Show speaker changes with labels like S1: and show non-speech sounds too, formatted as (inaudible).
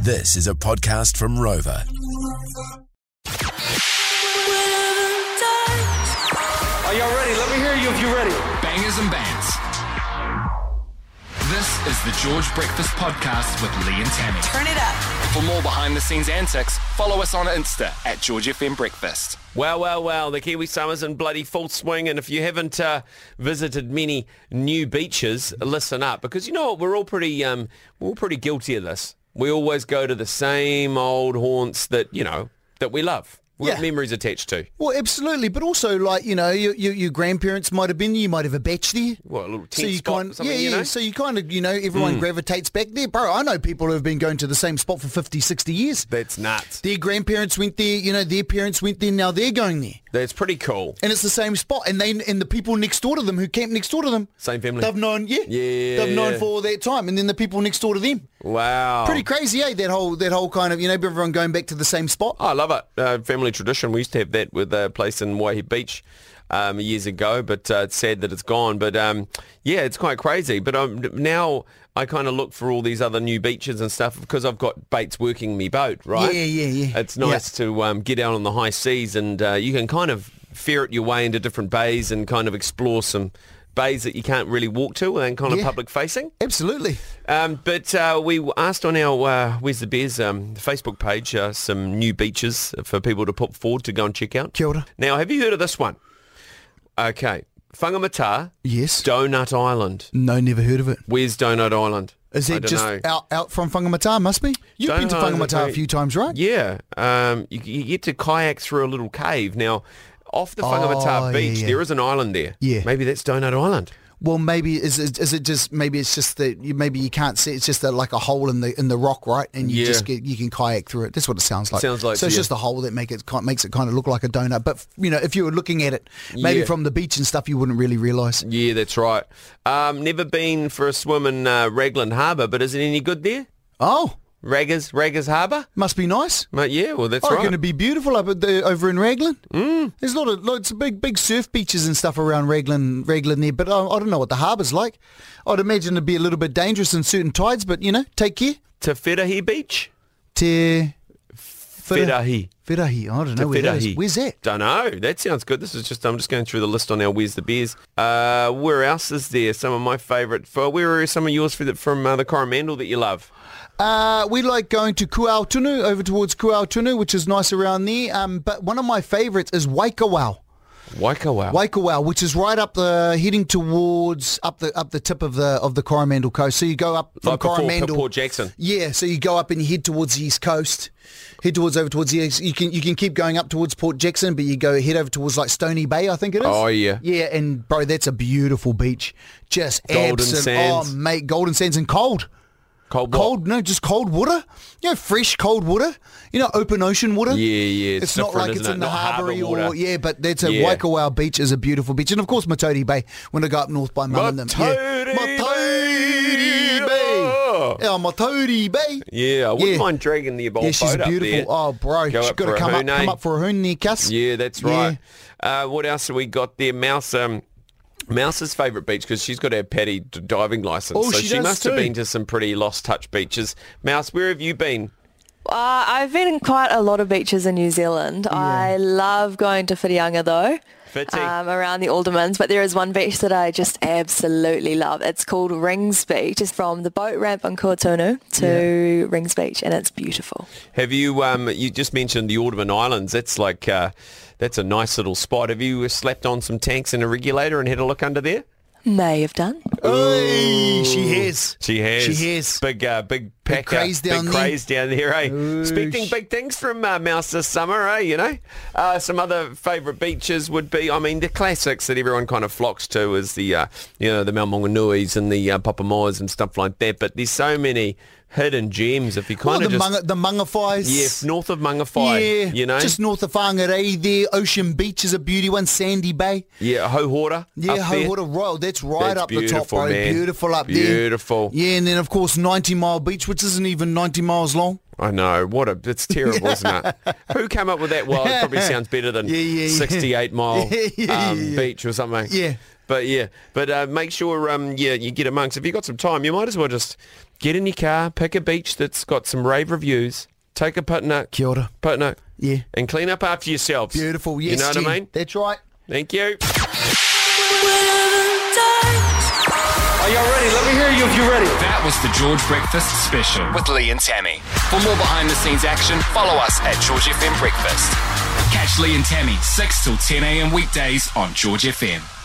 S1: This is a podcast from Rover.
S2: Are y'all ready? Let me hear you if you're ready.
S3: Bangers and Bands. This is the George Breakfast Podcast with Lee and Tammy.
S4: Turn it up.
S3: For more behind the scenes antics, follow us on Insta at George FM Breakfast.
S5: Well, well, well, the Kiwi summer's in bloody full swing and if you haven't uh, visited many new beaches, listen up because you know what, we're all pretty, um, we're all pretty guilty of this. We always go to the same old haunts that, you know, that we love. We've got
S6: Yeah.
S5: memories attached to.
S6: Well, absolutely, but also like you know, your, your, your grandparents might have been there. You might have a batch there.
S5: What, a little tent spot or
S6: kind, yeah,
S5: something, you
S6: yeah.
S5: know? Hmm.
S6: So you kind of, you know, everyone gravitates back there, bro. I know people who have been going to the same spot for 50, 60 years.
S5: That's
S6: (laughs)
S5: nuts.
S6: Their grandparents went there. You know, their parents went there. Now they're going there,
S5: That's pretty cool.
S6: and it's the same spot. And they and the people next door to them who camp next door to them,
S5: Same family.
S6: they've known, yeah,
S5: Yeah,
S6: they've known
S5: yeah. Oh.
S6: for all that time. And then the people next door to them,
S5: Wow.
S6: pretty crazy, eh? That whole that whole kind of you know, everyone going back to the same spot.
S5: Oh, I love it. Uh, family tradition. We used to have that with a place in Waihi Beach um, years ago, but uh, it's sad that it's gone. But um, yeah, it's quite crazy. But um, now I kind of look for all these other new beaches and stuff because I've got baits working me boat, right?
S6: Yeah, yeah, yeah.
S5: It's nice to um, get out on the high seas and uh, you can kind of ferret your way into different bays and kind of explore some bays that you can't really walk to and kind of
S6: Yeah.
S5: public facing.
S6: Absolutely.
S5: Um, but uh, we asked on our uh, Where's the Bears um, Facebook page uh, some new beaches for people to put forward to go and check out.
S6: Kia ora.
S5: Now, have you heard of this one? Okay. Whangamata,
S6: Yes.
S5: Donut Island.
S6: No, never heard of it.
S5: Where's Donut Island?
S6: Is
S5: I
S6: it
S5: don't
S6: just
S5: know.
S6: out out from Whangamata, must be? You've been to
S5: Don't know,
S6: Whangamata
S5: mate.
S6: a few times, right?
S5: Yeah. Um, you, you get to kayak through a little cave. Now, off the Whangamata
S6: Oh, yeah,
S5: beach,
S6: yeah.
S5: there is an island there.
S6: Yeah.
S5: Maybe that's Donut Island.
S6: Well, maybe is it, is it just maybe it's just that you, maybe you can't see it's just that like a hole in the in the rock, right? And you
S5: Yeah.
S6: just get you can kayak through it. That's what it sounds like.
S5: Sounds like,
S6: so. It's
S5: yeah.
S6: just a hole that make it ki- makes it kind of look like a donut. But you know, if you were looking at it maybe
S5: Yeah.
S6: from the beach and stuff, you wouldn't really realise.
S5: Yeah, that's right. Um, never been for a swim in uh, Raglan Harbour, but is it any good there?
S6: Oh,
S5: Raggers, Raggers Harbour?
S6: must be nice.
S5: Mate, yeah, well, that's
S6: I reckon
S5: right.
S6: it'd Oh, be beautiful up at the, over in Raglan. Mm. There's a lot of lots of big big surf beaches and stuff around Raglan Raglan there, but I, I don't know what the harbour's like. I'd imagine it'd be a little bit dangerous in certain tides, but you know, take care.
S5: Te Whirahi Beach?
S6: Te Whira-
S5: Whirahi.
S6: Whirahi. I don't
S5: Te
S6: know where that
S5: Whirahi.
S6: is. Where's that?
S5: Don't know. That sounds good. This is just, I'm just going through the list on our Where's the Bears. Uh, where else is there? Some of my favourite, for- where are some of yours for the, from uh, the Coromandel that you love?
S6: Uh, we like going to Kuautunu over towards Kuautunu, which is nice around there. Um, but one of my favourites is Waikawau.
S5: Waikawa.
S6: Waikawau, which is right up the heading towards up the up the tip of the of the Coromandel coast. So you go up from
S5: Like before
S6: Coromandel.
S5: Port Jackson.
S6: Yeah, so you go up and you head towards the east coast, head towards over towards the east. You can you can keep going up towards Port Jackson, but you go head over towards like Stony Bay, I think it is.
S5: Oh, yeah.
S6: yeah, and bro, that's a beautiful beach, just
S5: Golden
S6: absent-
S5: sands.
S6: Oh, mate, golden sands and cold.
S5: Cold, what?
S6: Cold, no, just cold water. You know, fresh cold water. You know, open ocean water.
S5: Yeah, yeah, it's
S6: It's, not
S5: different,
S6: like it's
S5: isn't it?
S6: in the
S5: Not harbour
S6: harbour
S5: water.
S6: or yeah, but that's a
S5: Yeah.
S6: Waikawau beach is a beautiful beach, and of course Matodi Bay. When I go up north by mum and them,
S5: Matauri
S6: yeah. Matodi
S5: Oh.
S6: Bay. Yeah, Matodi Bay.
S5: Yeah, I wouldn't
S6: Yeah.
S5: mind dragging the old
S6: Yeah, she's
S5: boat up
S6: beautiful.
S5: there.
S6: Oh, bro,
S5: Go
S6: she's
S5: up
S6: got
S5: for
S6: to
S5: a
S6: come up,
S5: hoon, eh?
S6: come up for a hoon there, cuss.
S5: Yeah, that's right. Uh, what else have we got there? Mouse. Um, Mouse's favourite beach because she's got her paddy d- diving licence,
S6: Oh,
S5: so
S6: she
S5: she
S6: does
S5: must have
S6: too.
S5: been to some pretty lost touch beaches. Mouse, where have you been?
S4: Uh, I've been in quite a lot of beaches in New Zealand. I love going to Whirianga though,
S5: Fitty.
S4: um, around the Aldermans, but there is one beach that I just absolutely love. It's called Rings Beach. It's from the boat ramp on Kuatunu to Rings Beach and it's beautiful.
S5: have you? Um, you just mentioned the Audubon Islands. That's like uh, that's a nice little spot. Have you uh, slapped on some tanks and a regulator and had a look under there?
S4: May have done.
S6: Hey, she has.
S5: She has.
S6: She has.
S5: Big, uh, big packer.
S6: craze down
S5: big
S6: there.
S5: craze down there, eh?
S6: Ooh,
S5: Expecting
S6: sh-
S5: big things from uh, Mouse this summer, eh? You know? Uh, some other favourite beaches would be, I mean, the classics that everyone kind of flocks to is the, uh, you know, the Mount Maunganui's and the uh, Papamoas and stuff like that. But there's so many hidden gems if you
S6: Well,
S5: kind
S6: the,
S5: of just...
S6: Manga, the Mangawhais.
S5: yeah, north of Mangawhai,
S6: Yeah,
S5: you know?
S6: Just north of Whangarei there. Ocean Beach is a beauty one. Sandy Bay.
S5: yeah, Hohora.
S6: Yeah,
S5: up there.
S6: Hohora Royal. That's right
S5: That's
S6: up the top,
S5: beautiful,
S6: bro.
S5: man.
S6: Beautiful up there.
S5: Beautiful.
S6: Yeah, and then of course 90 Mile Beach, which isn't even 90 miles long.
S5: I know. What a it's terrible, isn't
S6: (laughs)
S5: it? Who came up with that? Well, it probably sounds better than
S6: Yeah, yeah, yeah.
S5: 68 mile
S6: (laughs) Yeah, yeah,
S5: um,
S6: yeah.
S5: beach or something.
S6: Yeah.
S5: But yeah, but uh, make sure um, yeah you get amongst. If you've got some time, you might as well just Get in your car, pick a beach that's got some rave reviews, take a putna,
S6: Kia ora.
S5: putna,
S6: Yeah.
S5: and clean up after yourselves.
S6: Beautiful. Yes,
S5: you know what
S6: Jen.
S5: I mean.
S6: That's right.
S5: Thank you.
S2: Are y'all ready? Let me hear you if you're ready.
S3: That was the George Breakfast Special with Lee and Tammy. For more behind the scenes action, follow us at George FM Breakfast. Catch Lee and Tammy 6 till 10 a.m. weekdays on George FM.